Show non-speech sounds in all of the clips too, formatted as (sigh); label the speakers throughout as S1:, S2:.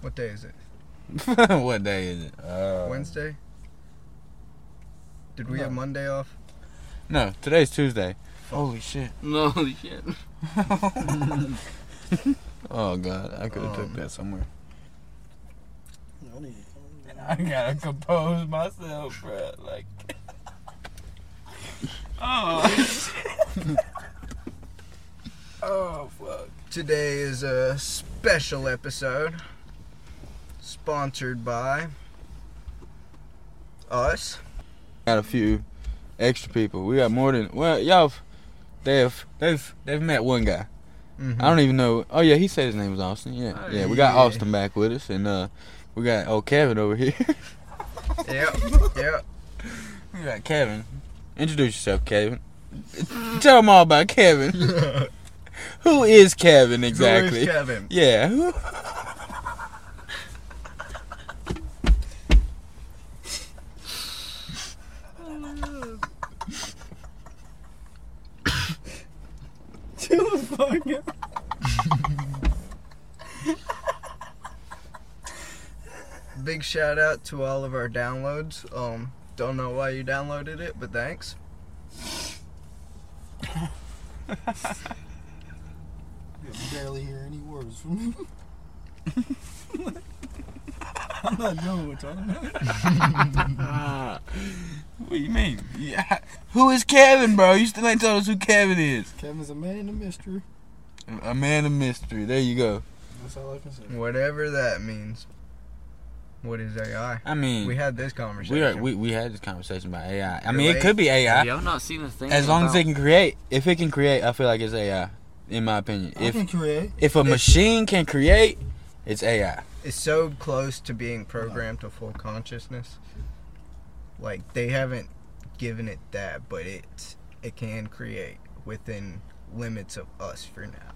S1: What day is it?
S2: (laughs) what day is it? Uh,
S1: Wednesday? Did we have
S2: no.
S1: Monday off?
S2: No, today's Tuesday. Holy shit.
S3: No, holy shit.
S2: Oh god, I could have took
S1: Um,
S2: that somewhere.
S3: I gotta compose myself,
S4: (laughs)
S3: bro. Like, oh shit. oh fuck.
S1: Today is a special episode sponsored by us.
S2: Got a few extra people. We got more than well, y'all. They've they've they've met one guy.
S1: Mhm.
S2: I don't even know. Oh yeah, he said his name was Austin. Yeah,
S3: Oh,
S2: yeah. We got
S1: yeah.
S2: Austin back with us, and uh, we got old Kevin over here. (laughs)
S1: Yep. Yep.
S2: we got Kevin. Introduce yourself, Kevin. Tell them all about (laughs) Kevin. Who is Kevin exactly?
S1: Who is Kevin.
S2: Yeah. who-
S3: Chill the fuck out.
S1: Big shout out to all of our downloads. Um, don't know why you downloaded it, but thanks.
S4: You barely hear any words from me. (laughs) I'm not doing what y'all know.
S2: What do you mean? Yeah. Who is Kevin, bro? You still ain't told us who Kevin is.
S4: Kevin's a man in a mystery.
S2: A man of mystery. There you go.
S4: That's all I can say.
S1: Whatever that means. What is AI?
S2: I mean,
S1: We
S2: we
S1: had this
S2: we, are,
S1: conversation.
S2: we we had this conversation about AI. I mean,
S1: Relate.
S2: it could be AI
S3: Y'all not seen the thing.
S2: as long as
S3: about-
S2: it can create. If it can create, I feel like it's AI. In my opinion,
S4: I can
S2: if
S4: create.
S2: if a machine can create, it's AI.
S1: it's so close to being programmed to full consciousness. Like they haven't given it that, but it it can create within limits of us for now.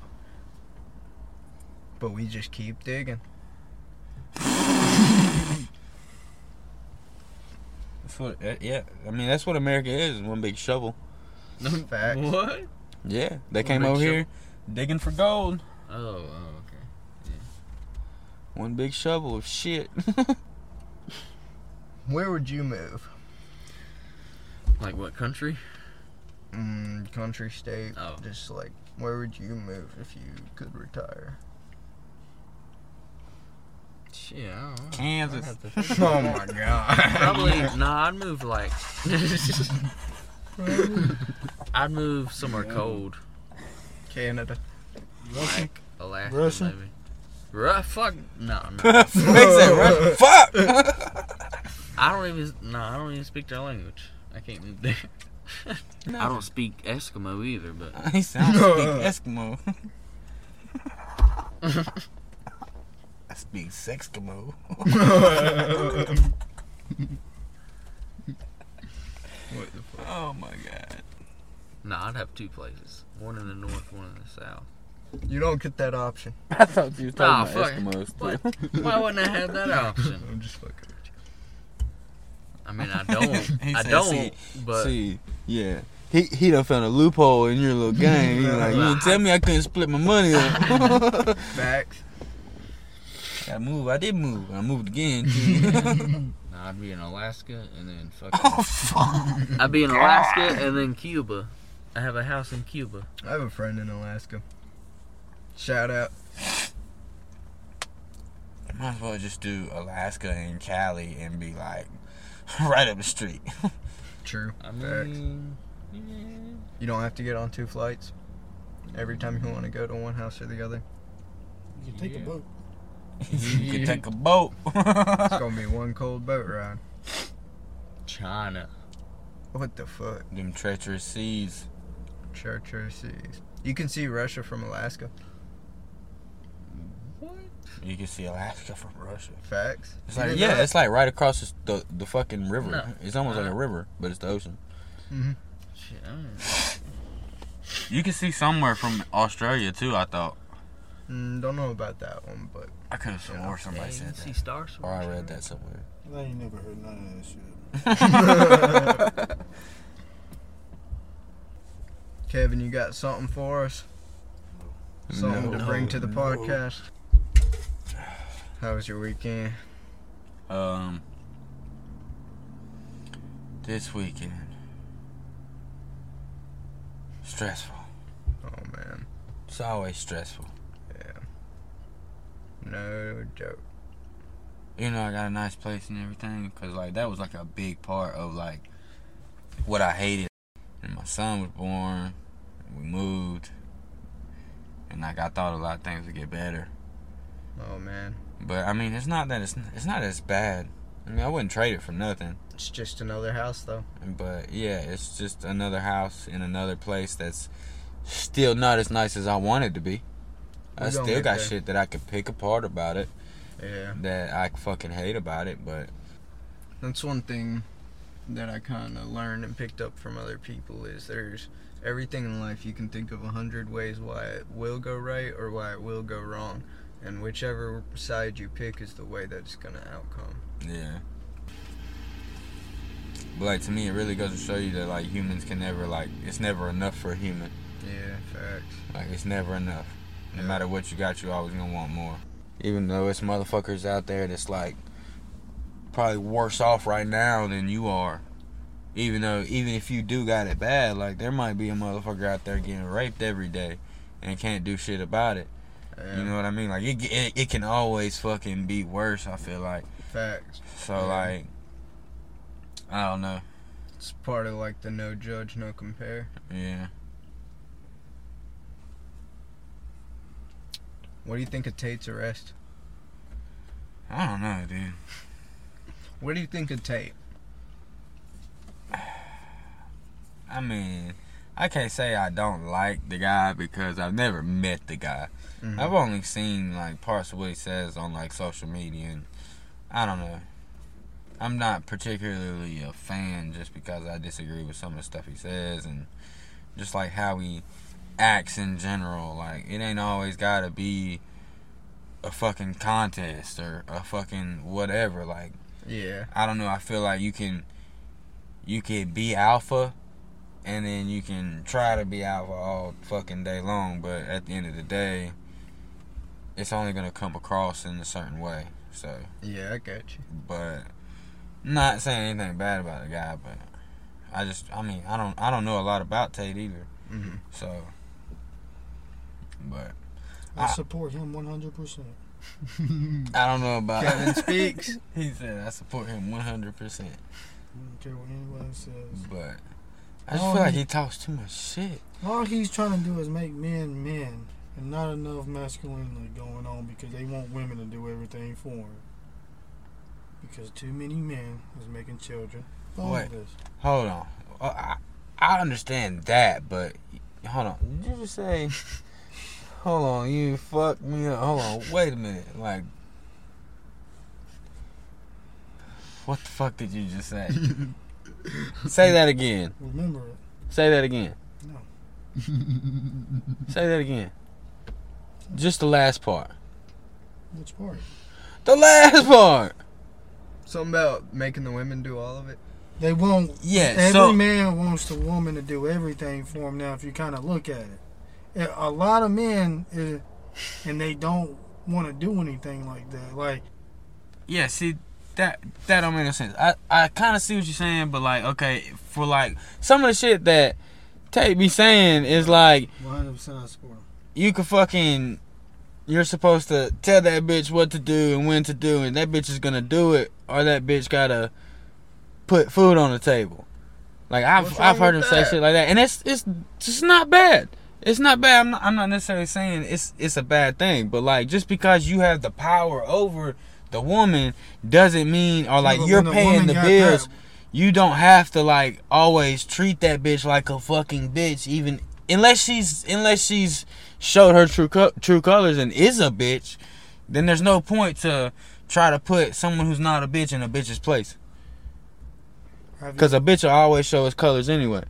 S1: But we just keep digging.
S2: That's what, uh, yeah, I mean that's what America is. One big shovel.
S1: Facts.
S3: (laughs) What?
S2: Yeah, they came
S3: big
S2: over here digging for gold.
S3: Oh, oh, okay.
S2: One big shovel of shit. (laughs)
S1: Where would you move?
S3: Like what country?
S1: Mm, country, state,
S3: Oh.
S1: just like where would you move if you could
S3: (laughs)
S1: retire?
S3: Shit, I
S2: (laughs)
S3: don't know.
S2: Kansas.
S1: oh my god.
S3: Probably nah. I'd move like. (laughs) I'd move somewhere cold, (laughs)
S1: Canada.
S4: Russian.
S3: like Alaska,
S4: Russia?
S3: maybe. Ru- fuck no,
S2: (laughs)
S3: no.
S2: Fix it, (laughs) right? Fuck.
S3: I don't even no. I don't even speak their language. I can't move there. (laughs) I don't speak Eskimo either, but
S2: I sound like Eskimo. (laughs) I speak Sexkimo.
S1: What the fuck?
S2: Oh my god.
S3: no, I'd have two places. One in the north, one in
S2: (laughs)
S3: the south.
S1: You don't get that option.
S2: (laughs) I thought you were
S3: Nah, fuck.
S2: (laughs)
S3: What? Why wouldn't I have that option?
S1: I'm just fucking with you.
S3: I mean, I don't.
S2: (laughs) He
S3: I
S2: said,
S3: don't.
S2: "See,
S3: but
S2: See, yeah. He, he done found a loophole in your little game. He like, you didn't tell me I couldn't split my money
S3: (laughs)
S2: up. (laughs)
S1: Facts.
S2: I moved. I did move. I moved again. too. (laughs)
S3: no, I'd be in Alaska and then
S2: oh,
S3: fucking.
S2: fuck.
S3: I'd be in Alaska and then Cuba. I have a house in Cuba.
S1: I have a friend in Alaska. Shout out.
S2: Might as well just do Alaska and Cali and be like, (laughs) right up the street. (laughs)
S1: True.
S3: I
S1: Facts.
S3: mean, yeah.
S1: You don't have to get on two flights every time you want to go to one house or the other.
S4: You can take a
S3: Yeah.
S4: boat.
S2: you could take a boat. (laughs)
S1: It's gonna be one cold boat ride.
S3: China.
S1: What the fuck?
S2: Them treacherous seas.
S1: Charter seas. You can see Russia from Alaska.
S3: What?
S2: You can see Alaska from Russia.
S1: Facts.
S2: It's
S1: You
S2: like
S1: didn't
S2: yeah,
S1: know
S2: it's like right across the the, the fucking river.
S3: No.
S2: It's almost like a river, but it's the ocean.
S3: Shit, I don't
S2: You can see somewhere from Australia too. I thought
S1: that? Mm, don't know about that one, but
S2: I could have
S1: swore
S3: Yeah,
S2: somebody
S3: you can
S2: said
S3: see
S2: that,
S3: Star
S2: or I
S3: Wars,
S2: read
S3: right?
S2: that
S3: (laughs)
S2: somewhere.
S4: I ain't never heard none of that shit.
S1: Kevin, you got something for us? Something
S2: No.
S1: to bring to the
S2: No.
S1: podcast? How was your weekend?
S2: (laughs) Um, this weekend, stressful.
S1: Oh man,
S2: It's always stressful.
S1: yeah. No joke.
S2: You know, I got a nice place and everything, cause like that was like a big part of like what I hated. And my son was born, and we moved, and like I thought a lot of things would get better.
S1: Oh man,
S2: But I mean, it's not that it's it's not as bad. I mean, I wouldn't trade it for nothing.
S1: it's just another house though.
S2: But yeah, it's just another house in another place that's still not as nice as I want it to be. I
S1: We gonna
S2: still
S1: get
S2: got
S1: there.
S2: shit that I could pick apart about it
S1: Yeah,
S2: that I fucking hate about it, but
S1: that's one thing that I kind of learned and picked up from other people is there's everything in life you can think of a hundred ways why it will go right or why it will go wrong, and whichever side you pick is the way that it's gonna outcome.
S2: yeah. But like to me, it really goes to show you that like humans can never like it's never enough for a human.
S1: Yeah, facts.
S2: Like it's never enough. No
S1: Yeah.
S2: matter what you got, you always gonna want more. Even though it's motherfuckers out there that's like probably worse off right now than you are. Even though even if you do got it bad, like there might be a motherfucker out there getting raped every day and can't do shit about it.
S1: Yeah,
S2: You know what I mean? Like it, it it can always fucking be worse, I feel like.
S1: facts.
S2: So
S1: Yeah.
S2: like I don't know.
S1: It's part of like the no judge, no compare.
S2: Yeah.
S1: What do you think of Tate's arrest?
S2: I don't know, dude.
S1: What do you think of Tate?
S2: I mean, I can't say I don't like the guy because I've never met the guy.
S1: Mhm.
S2: I've only seen like parts of what he says on like social media, and I don't know. I'm not particularly a fan just because I disagree with some of the stuff he says and just like how he acts in general. Like it ain't always gotta be a fucking contest or a fucking whatever. Like
S1: Yeah,
S2: I don't know. I feel like you can, you can be alpha, and then you can try to be alpha all fucking day long. But at the end of the day, it's only gonna come across in a certain way. So,
S1: yeah, I got you.
S2: but not saying anything bad about the guy, but I just, I mean, I don't, I don't know a lot about Tate either.
S1: hmm
S2: So, but
S4: I
S2: I-
S4: support him 100%.
S1: Mm-hmm.
S2: I don't know about (laughs)
S1: Kevin speaks.
S2: he said I support him one hundred percent,
S4: I don't care what anyone says.
S2: but I just
S4: Oh,
S2: feel like
S4: he-
S2: he talks too much shit.
S4: All he's trying to do is make men men and not enough masculinity going on because they want women to do everything for him. Because too many men is making children.
S2: Wait.
S4: This.
S2: Hold on. Uh, I, I understand that, but hold on. Did you just say? (laughs) Hold on, you fucked me up. Hold on, wait a minute. Like, what the fuck did you just say? say that again.
S4: Remember it.
S2: Say that again.
S4: No.
S2: Say that again. Just the last part.
S4: Which part?
S2: The last part.
S1: (laughs) Something about making the women do all of it.
S4: They want
S2: Yeah.
S4: Every
S2: So
S4: man wants the woman to do everything for him now, if you kind of look at it. A- A lot of men, is, and they don't want to do anything like that. Like,
S2: yeah. See, that that don't make no sense. I I kind of see what you're saying, but like, okay, for like some of the shit that Tate be saying is like.
S4: 100% I support him.
S2: you can fucking you're supposed to tell that bitch what to do and when to do and that bitch is gonna do it or that bitch gotta put food on the table like i've
S1: What's
S2: i've
S1: wrong
S2: heard him
S1: with
S2: say
S1: that?
S2: shit like that and it's it's just not bad it's not bad i'm not, I'm not necessarily saying it's it's a bad thing but like just because you have the power over the woman doesn't mean or like
S4: But
S2: you're
S4: when a
S2: paying
S4: woman
S2: the
S4: got
S2: bills
S4: that-
S2: you don't have to like always treat that bitch like a fucking bitch even unless she's unless she's showed her true co- true colors and is a bitch then there's no point to try to put someone who's not a bitch in a bitch's place
S4: have you-
S2: cuz a bitch will always show his colors anyway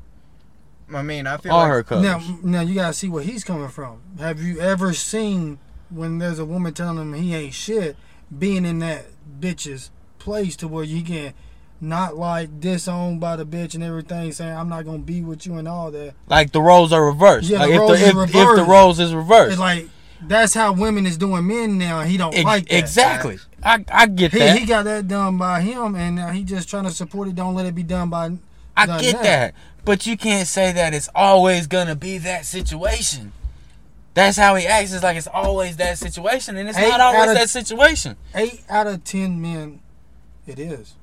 S1: I mean, I feel
S2: all
S1: like
S2: her colors
S4: now, now you gotta see where he's coming from. Have you ever seen when there's a woman telling him he ain't shit, being in that bitch's place to where you can not like disowned by the bitch and everything, saying I'm not gonna be with you and all that.
S2: like the roles are reversed
S4: Yeah,
S2: like
S4: the
S2: if
S4: roles
S2: the
S4: is
S2: if, if the
S4: reversed.
S2: roles is reversed
S4: It's like that's how women is doing men now. and He don't
S2: Ex-
S4: like that.
S2: exactly. I, I get
S4: He,
S2: that.
S4: he got that done by him, and now he just trying to support it. Don't let it be done by.
S2: I
S4: done
S2: get
S4: that.
S2: that. But you can't say that it's always gonna be that situation. That's how he acts. It's like it's always that situation, and it's
S4: Eight
S2: not always
S4: out of-
S2: that situation.
S4: Eight out of ten men, it is.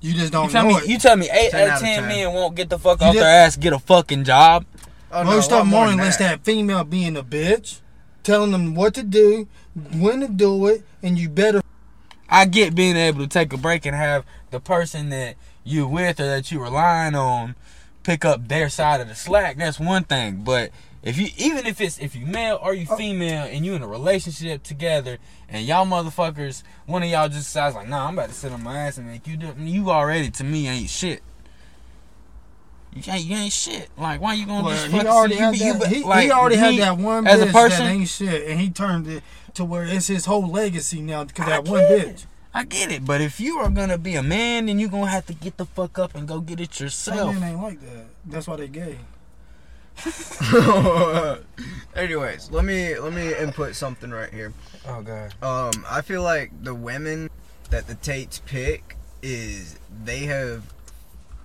S4: You just don't
S2: You tell
S4: know
S2: me,
S4: it.
S2: you tell me, eight
S1: 10
S2: out of
S1: out of
S2: ten
S1: 10.
S2: men won't get the fuck
S4: You
S2: off
S4: did-
S2: their ass, get a fucking job.
S1: Oh, no,
S4: Most
S1: a lot
S4: of them
S1: more
S4: are
S1: than
S4: unless that. female being a bitch, telling them what to do, when to do it, and you better.
S2: I get being able to take a break and have the person that you with or that you relying on pick up their side of the slack. That's one thing, but if you even if it's if you male or
S4: Oh.
S2: you female and you in a relationship together and y'all motherfuckers one of y'all just decides like nah I'm about to sit on my ass and make you do you already to me ain't shit. You ain't you ain't shit. Like why you gonna
S4: Well,
S2: just
S4: he
S2: fucking-
S4: already
S2: you
S4: had
S2: be- you
S4: that.
S2: be-
S4: He,
S2: like,
S4: he already
S2: me
S4: had that one
S2: as a
S4: bitch
S2: person-
S4: that ain't shit, and he turned it to where it's his whole legacy now because
S2: I
S4: that one
S2: get
S4: bitch.
S2: it. I get it, but if you are gonna be a man, then you gonna have to get the fuck up and go get it
S4: Some
S2: yourself.
S4: men ain't like that. That's why they gay.
S1: (laughs) Anyways, let me let me input something right here.
S2: Oh god.
S1: Um, I feel like the women that the Tates pick is they have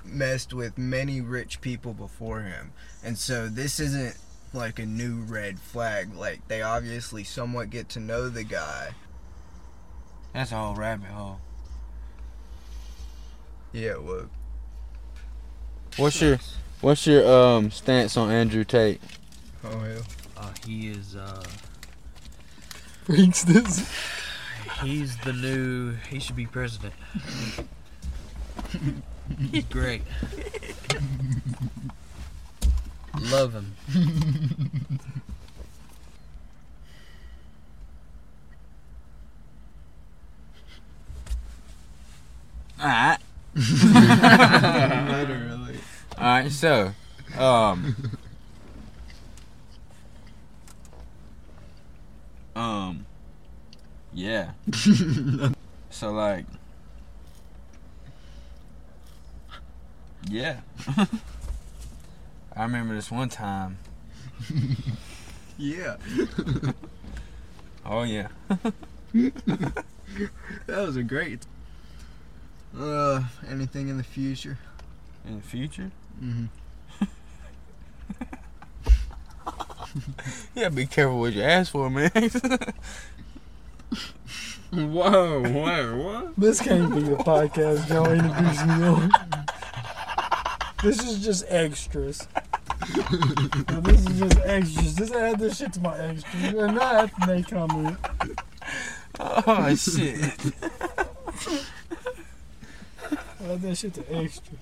S1: messed with many rich people before him, and so this isn't like a new red flag. Like they obviously somewhat get to know the guy.
S2: That's a whole rabbit hole.
S1: Yeah, well,
S2: What's your what's your um stance on Andrew Tate?
S1: oh hell.
S3: Uh, he is (laughs) uh,
S4: Freaks this.
S3: he's the new. He should be (laughs) president. he's great. Love him.
S2: Alright.
S1: Literally.
S2: Alright, so um (laughs) Um
S3: (laughs)
S2: Yeah. so like Yeah. (laughs) I remember this one time.
S1: Yeah,
S2: Oh yeah.
S1: that was a great. Uh, anything in the future?
S2: In the future?
S1: Mm-hmm.
S2: Yeah, be careful what you ask for, man. (laughs)
S3: Whoa! Whoa! What?
S4: This can't be a podcast. Y'all introduce me on. This is just extras. this is just extras. Just add this shit to my extras, and I have to make comment.
S2: (laughs) oh shit.
S4: Add that shit to extra.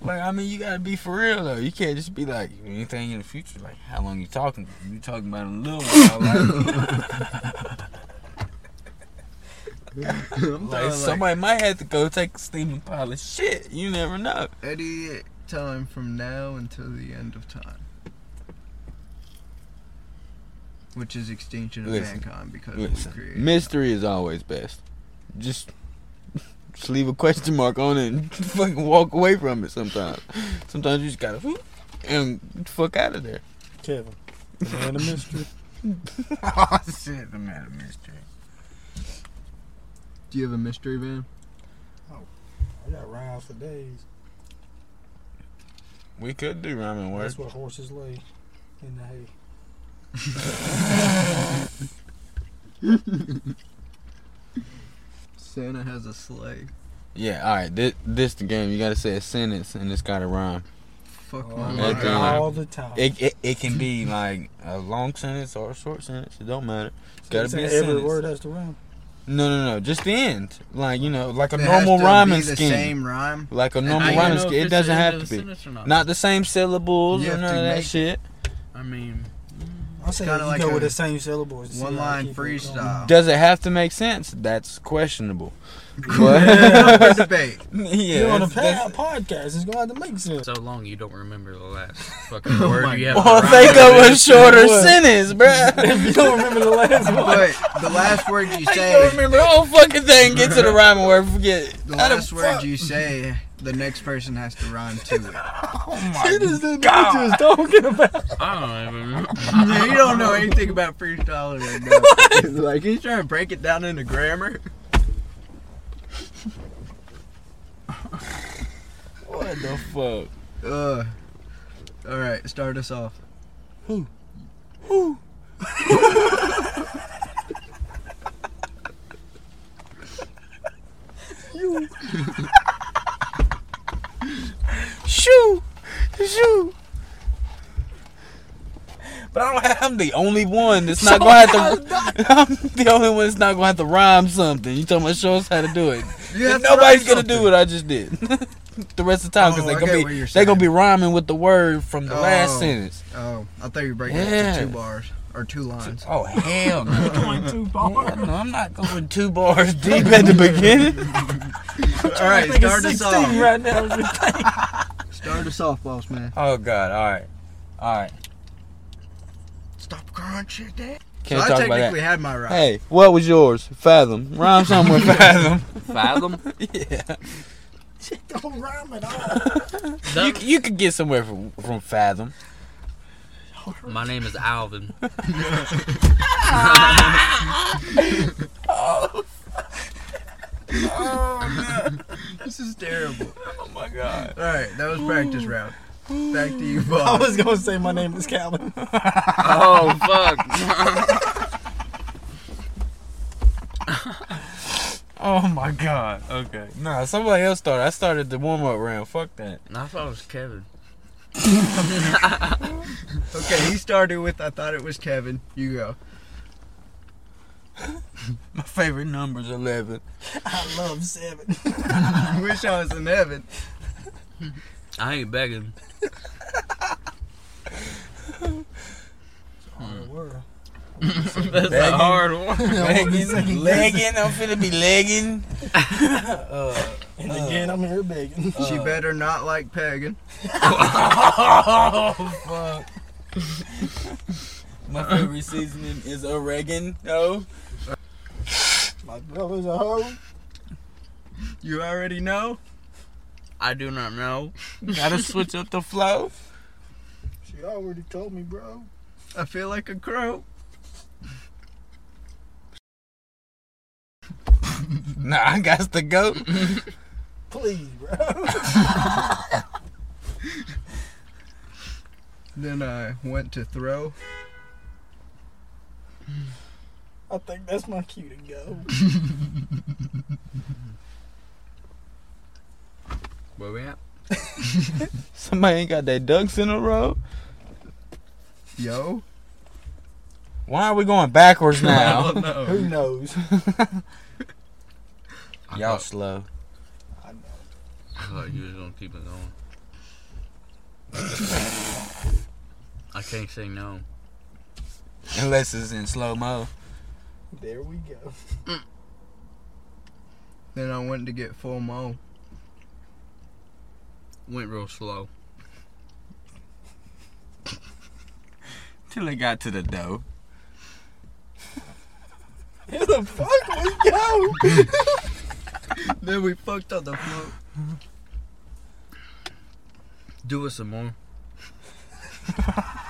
S2: Like I mean, you gotta be for real though. You can't just be like anything in the future. Like how long you talking? You talking about a little (laughs) while? Like,
S1: (laughs) I'm
S2: like,
S1: talking like
S2: somebody might have to go take a steaming pile of shit. You never know.
S1: any time from now until the end of time. Which is extinction of
S2: Listen,
S1: mankind because
S2: Listen,
S1: we created.
S2: mystery is always best. Just just leave a question mark on it and (laughs) fucking walk away from it. Sometimes, sometimes you just gotta whoop and fuck out of there.
S4: Kevin, the man of mystery.
S2: (laughs) oh shit, I'm out of mystery.
S1: Do you have a mystery van?
S4: I got rounds for days.
S2: We could do rhyming words.
S4: That's where horses lay in the hay.
S1: Santa has a sleigh.
S2: Yeah, all right. This this the game. You gotta say a sentence and it's gotta rhyme.
S1: Fuck
S4: Oh,
S1: my
S2: my
S1: life.
S2: God.
S4: all the time.
S2: It, it, it can be like a long sentence or a short sentence. It don't matter. It's gotta
S4: It's
S2: be a
S4: every
S2: sentence.
S4: word has to rhyme.
S2: No, no, no. Just the end. Like you know, like a
S1: It has
S2: normal
S1: to
S2: rhyming
S1: be the
S2: scheme.
S1: same rhyme.
S2: Like a
S3: How
S2: normal
S3: you
S2: rhyming
S3: know if
S2: scheme. It
S3: it's
S2: doesn't
S3: the end
S2: have
S3: of
S2: to
S3: the
S2: be.
S3: sentence or not.
S2: Not the same syllables
S1: You
S2: or
S1: have
S2: none
S1: to
S2: of that
S1: make it.
S2: shit.
S3: I mean,
S4: I say
S1: kinda
S4: you
S1: like
S4: go
S1: a
S4: with the same syllables.
S1: one line freestyle.
S2: (laughs) Does it have to make sense? That's questionable.
S1: (laughs) Open (laughs)
S2: But
S1: debate.
S2: (laughs) yeah,
S4: You're on a
S2: that's- that's-
S4: pa- podcast. It's going to have to make sense.
S3: so long you don't remember the last fucking
S1: Oh
S3: word
S1: my
S3: you
S2: (laughs)
S3: have.
S2: well,
S3: to
S2: think
S3: rhyme
S2: of a
S3: (laughs) with.
S2: shorter
S4: What?
S2: sentence, bruh.
S4: if you don't remember the last one,
S1: But the last word you
S2: (laughs) I don't
S1: say,
S2: remember the whole fucking thing. Get to the rhyming word. Forget it.
S1: the
S2: How the
S1: last word
S2: fuck-
S1: you say The next person has to rhyme (laughs) to it.
S2: Oh
S4: It
S2: my
S4: is the bitches talking about.
S3: I don't even.
S1: Man, you don't know anything about freestyling right now. It's (laughs) like he's trying to break it down into grammar.
S2: What the fuck?
S1: Ugh. All right, start us off.
S2: Shoo! Shoo! But I don't have, I'm the only one that's
S1: (laughs)
S2: not gonna have to. I'm the only one that's not gonna have to rhyme something. You talking about show us how to do it?
S1: You have
S2: And
S1: to
S2: nobody's
S1: rhyme
S2: gonna do
S1: something.
S2: what I just did. (laughs) the rest of the time, because
S1: Oh, I
S2: they
S1: get
S2: gonna
S1: what
S2: be
S1: you're
S2: they gonna
S1: saying.
S2: be rhyming with the word from the last
S1: Oh.
S2: sentence.
S1: Oh, I thought you were breaking it to
S2: Yeah.
S1: two bars or two (laughs) lines.
S2: Oh hell no! going two bars? no, I'm not going two bars (laughs) deep at the beginning.
S1: All right, start us off.
S2: right now. (laughs)
S1: Start us off, boss man.
S2: Oh god! All right, all right.
S1: Stop crunching that. So
S2: Can't
S1: I
S2: talk about
S1: technically
S2: that.
S1: had my right.
S2: Hey, what was yours? Fathom. Rhyme somewhere. (laughs) Fathom.
S3: Fathom?
S2: yeah.
S4: Shit don't rhyme at all.
S2: You,
S3: That-
S2: you could get somewhere from from Fathom.
S3: my name is Alvin.
S1: This is terrible.
S2: Oh my god.
S1: All right, that was practice round. Back to you,
S4: I
S1: boss.
S2: (laughs)
S4: was gonna say my name is Calvin.
S3: oh, (laughs) fuck.
S2: Oh my god. Okay. Nah, somebody else started. I started the warm up round. Fuck that.
S3: I thought it was Kevin.
S1: Okay, he started with I thought it was Kevin. You go. (laughs)
S2: My favorite number's (laughs) eleven.
S4: (laughs) I love seven.
S1: I wish I was in heaven.
S3: I ain't (laughs) begging.
S4: Hard Oh, world.
S3: That's
S2: Begging?
S3: a hard one.
S4: Legging,
S2: Legging. Legging. I'm finna be legging. uh,
S4: And again, I'm here begging.
S1: she better not like pagan.
S2: Oh fuck. My favorite seasoning is oregano.
S4: (laughs) My brother's a hoe.
S1: You already know.
S3: I do not know.
S2: (laughs) Gotta switch up the flow.
S4: She already told me, bro.
S1: I feel like a crow.
S2: Nah, I got to go.
S4: Please, bro.
S1: Then I went to throw.
S4: I think that's my cue to go.
S3: Where we at?
S2: Somebody ain't got their ducks in a row.
S1: Yo.
S2: Why are we going backwards (laughs)
S1: I
S2: now?
S1: don't know.
S4: Who knows?
S3: I
S2: Y'all
S3: thought,
S2: slow.
S4: I know.
S3: I thought you was gonna keep it going. I can't say no.
S2: Unless it's in slow mo.
S4: There we go. (laughs)
S1: Then I went to get full mo.
S3: Went real slow.
S2: Till it got to the dough.
S4: Where the fuck we go? (laughs)
S1: Then we fucked up the
S2: (laughs)
S1: float.
S3: Do it some more.
S2: Mm-hmm.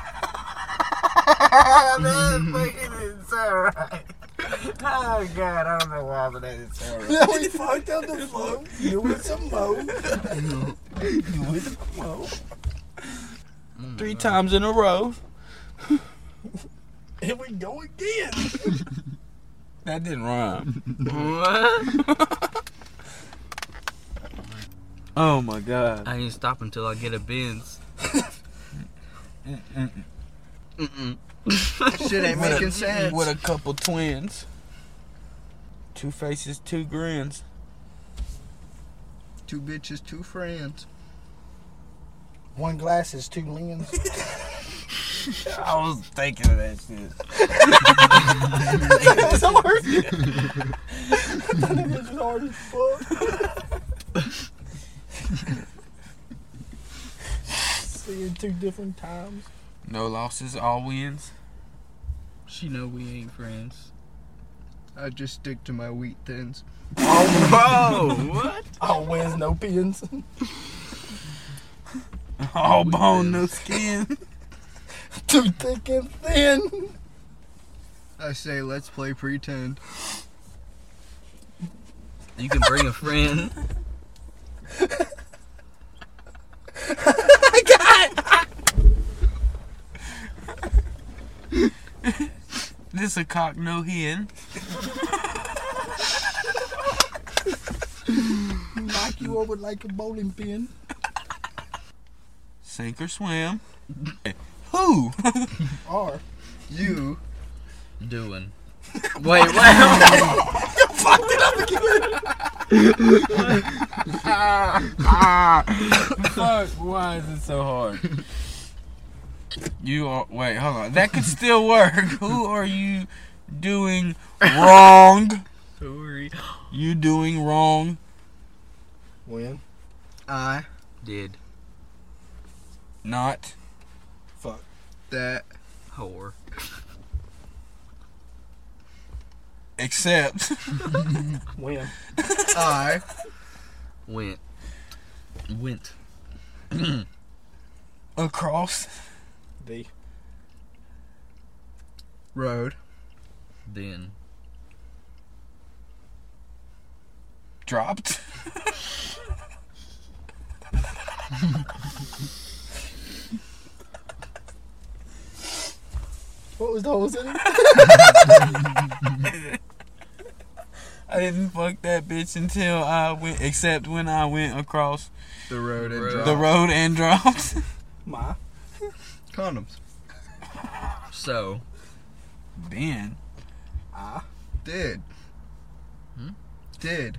S2: (laughs) Oh god, I don't know why, but that is terrible.
S4: Now we fucked up the flow. You with some (laughs) mo. You with some mo.
S3: Oh
S2: Three times in a row.
S4: Here we go again.
S2: That didn't rhyme.
S3: What?
S2: Oh my god.
S3: I ain't stop until I get a Benz. Mm-mm.
S1: Shit ain't making
S2: with a,
S1: sense.
S2: With a couple twins. Two faces, two grins.
S1: Two bitches, two friends.
S4: One glass is two lens.
S2: I was thinking of that shit.
S4: That's hard. I thought it was hard as fuck. See it two different times.
S2: No losses, all wins.
S3: She know we ain't friends.
S1: I just stick to my wheat thins.
S3: Bro, what?
S4: Always no pins. (laughs)
S2: All bone, no skin. (laughs)
S4: Too thick and thin.
S1: I say, let's play pretend.
S3: You can bring a (laughs) friend.
S2: This a cock, no hen.
S4: Knock you over like a bowling pin.
S2: Sink or swim. Who?
S4: Or
S1: You.
S3: Doing. Wait, what?
S2: Fuck, why is it so hard? You are. Wait, hold on. That could still work. (laughs) Who are you doing wrong?
S3: Sorry.
S2: You doing wrong?
S4: when?
S1: I.
S3: Did.
S2: Not.
S4: Fuck.
S1: That.
S3: Whore.
S2: Except. (laughs)
S4: When?
S1: I.
S3: Went. Went.
S2: Across.
S4: The
S1: Road.
S3: Then.
S2: Dropped.
S4: what was the whole sentence?
S2: I didn't fuck that bitch until I went. Except when I went across
S1: The road and
S3: Road.
S1: dropped.
S2: the road and (laughs) dropped.
S4: My.
S1: Condoms.
S3: So.
S2: Then.
S4: I.
S1: Did.
S3: Hmm?
S1: Did.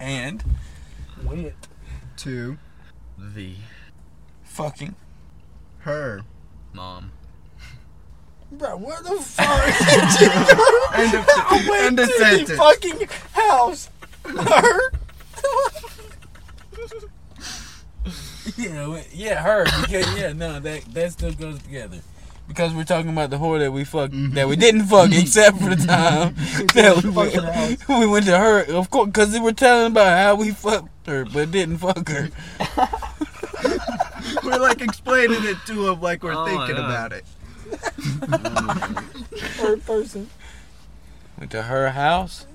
S2: And.
S4: Went.
S1: To.
S3: The.
S2: Fucking.
S1: Her.
S3: (laughs) Mom.
S4: Bro, what the fuck?
S1: (laughs) End (laughs) of,
S4: (laughs) I went
S1: end of
S4: to the
S1: sentence.
S4: fucking house. (laughs) Her.
S2: Yeah, wait, yeah, her. Because, yeah, no, that that still goes together. Because we're talking about the whore that we fucked,
S4: Mm-hmm.
S2: that we didn't fuck, except for the time
S4: (laughs)
S2: that we
S4: Fucked her house.
S2: went, (laughs) we went to her. Of course, because we're telling about how we fucked her, but didn't fuck her.
S4: Mm-hmm.
S1: we're like explaining it to him like we're
S3: Oh my
S1: thinking
S3: God.
S1: about it.
S4: Her person.
S2: Went to her house.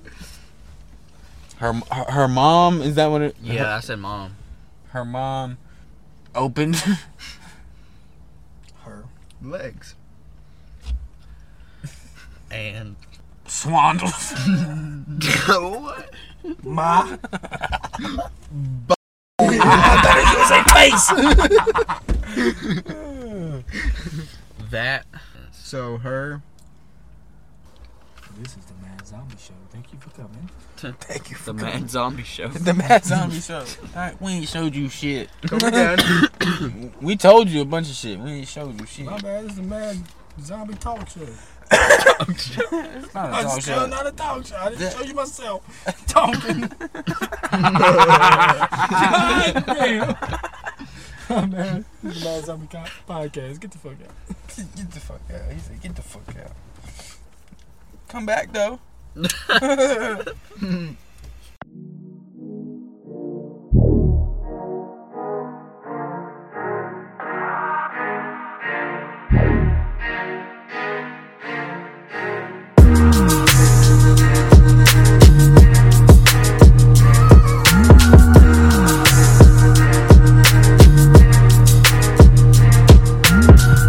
S2: Her her, her mom is that what it?
S3: Yeah, I said mom.
S2: Her, her mom opened. (laughs)
S4: Her.
S1: Legs.
S3: And.
S2: Swandles.
S4: (laughs)
S3: what?
S4: My.
S3: That.
S1: So (laughs) her.
S4: This is the Mad Zombie Show. Thank you for coming.
S2: Thank you for
S3: The Mad Zombie Show.
S2: The Mad Zombie Show. Alright, we ain't showed you shit.
S1: Come again.
S2: We told you a bunch of shit. We ain't showed you shit.
S4: My bad. This is the Mad Zombie Talk Show.
S2: It's not a
S4: I'm
S2: dog
S4: still
S2: show.
S4: not a talk show. I didn't
S2: That-
S4: show you myself (laughs) talking. God damn. Oh, man. This is the Mad Zombie Co- Podcast. Get the fuck out. (laughs)
S2: Get the fuck out. He said, get the fuck out. Come back, though.